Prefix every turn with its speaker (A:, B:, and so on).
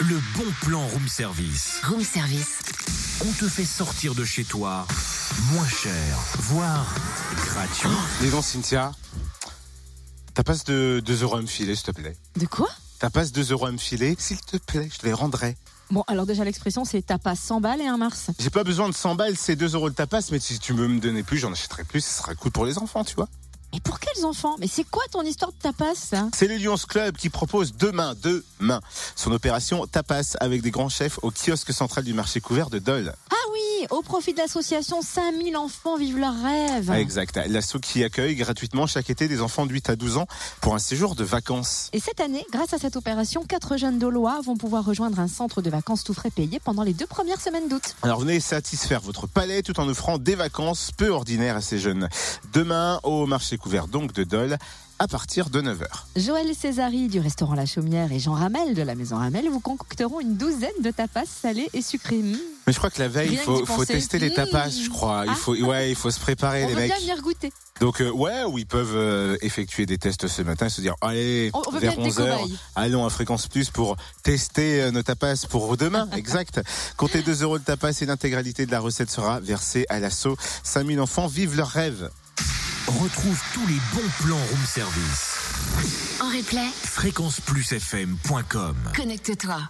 A: Le bon plan room service.
B: Room service.
A: On te fait sortir de chez toi moins cher, voire gratuit.
C: Dis donc, Cynthia, tapas de 2 euros à me filer, s'il te plaît.
D: De quoi
C: Tapas 2 euros à me filer, s'il te plaît, je te les rendrai.
D: Bon, alors déjà, l'expression, c'est tapas 100 balles et un Mars.
C: J'ai pas besoin de 100 balles, c'est 2 euros le tapas, mais si tu veux me donner plus, j'en achèterai plus, ce sera cool pour les enfants, tu vois.
D: Mais pour quels enfants Mais c'est quoi ton histoire de tapas, ça
C: C'est le Lions Club qui propose demain, demain, son opération Tapas avec des grands chefs au kiosque central du marché couvert de Dole.
D: Ah oui, au profit de l'association 5000 enfants vivent leur rêve.
C: Exact. L'assaut qui accueille gratuitement chaque été des enfants de 8 à 12 ans pour un séjour de vacances.
D: Et cette année, grâce à cette opération, quatre jeunes Dolois vont pouvoir rejoindre un centre de vacances tout frais payé pendant les deux premières semaines d'août.
C: Alors venez satisfaire votre palais tout en offrant des vacances peu ordinaires à ces jeunes. Demain, au marché couvert donc de Dole, à partir de 9h.
D: Joël Césari du restaurant La Chaumière et Jean Ramel de la Maison Ramel vous concocteront une douzaine de tapas salés et sucrés. Mmh.
C: Mais je crois que la veille, il
D: Rien que
C: faut,
D: d'y
C: faut
D: penser.
C: tester les tapas,
D: Mmh.
C: je crois. Il
D: Ah.
C: faut, ouais, il faut se préparer,
D: On
C: les
D: veut
C: mecs.
D: bien venir goûter.
C: Donc, euh, ouais, ou ils peuvent euh, effectuer des tests ce matin et se dire, allez,
D: On- on veut bien
C: vers
D: être des
C: 11h,
D: cobayes.
C: allons à Fréquence Plus pour tester euh, nos tapas pour demain. exact. Comptez 2 euros de tapas et l'intégralité de la recette sera versée à l'assaut. 5000 enfants vivent leur rêve.
A: Retrouve tous les bons plans room service.
B: En replay,
A: fréquenceplusfm.com
B: connecte-toi.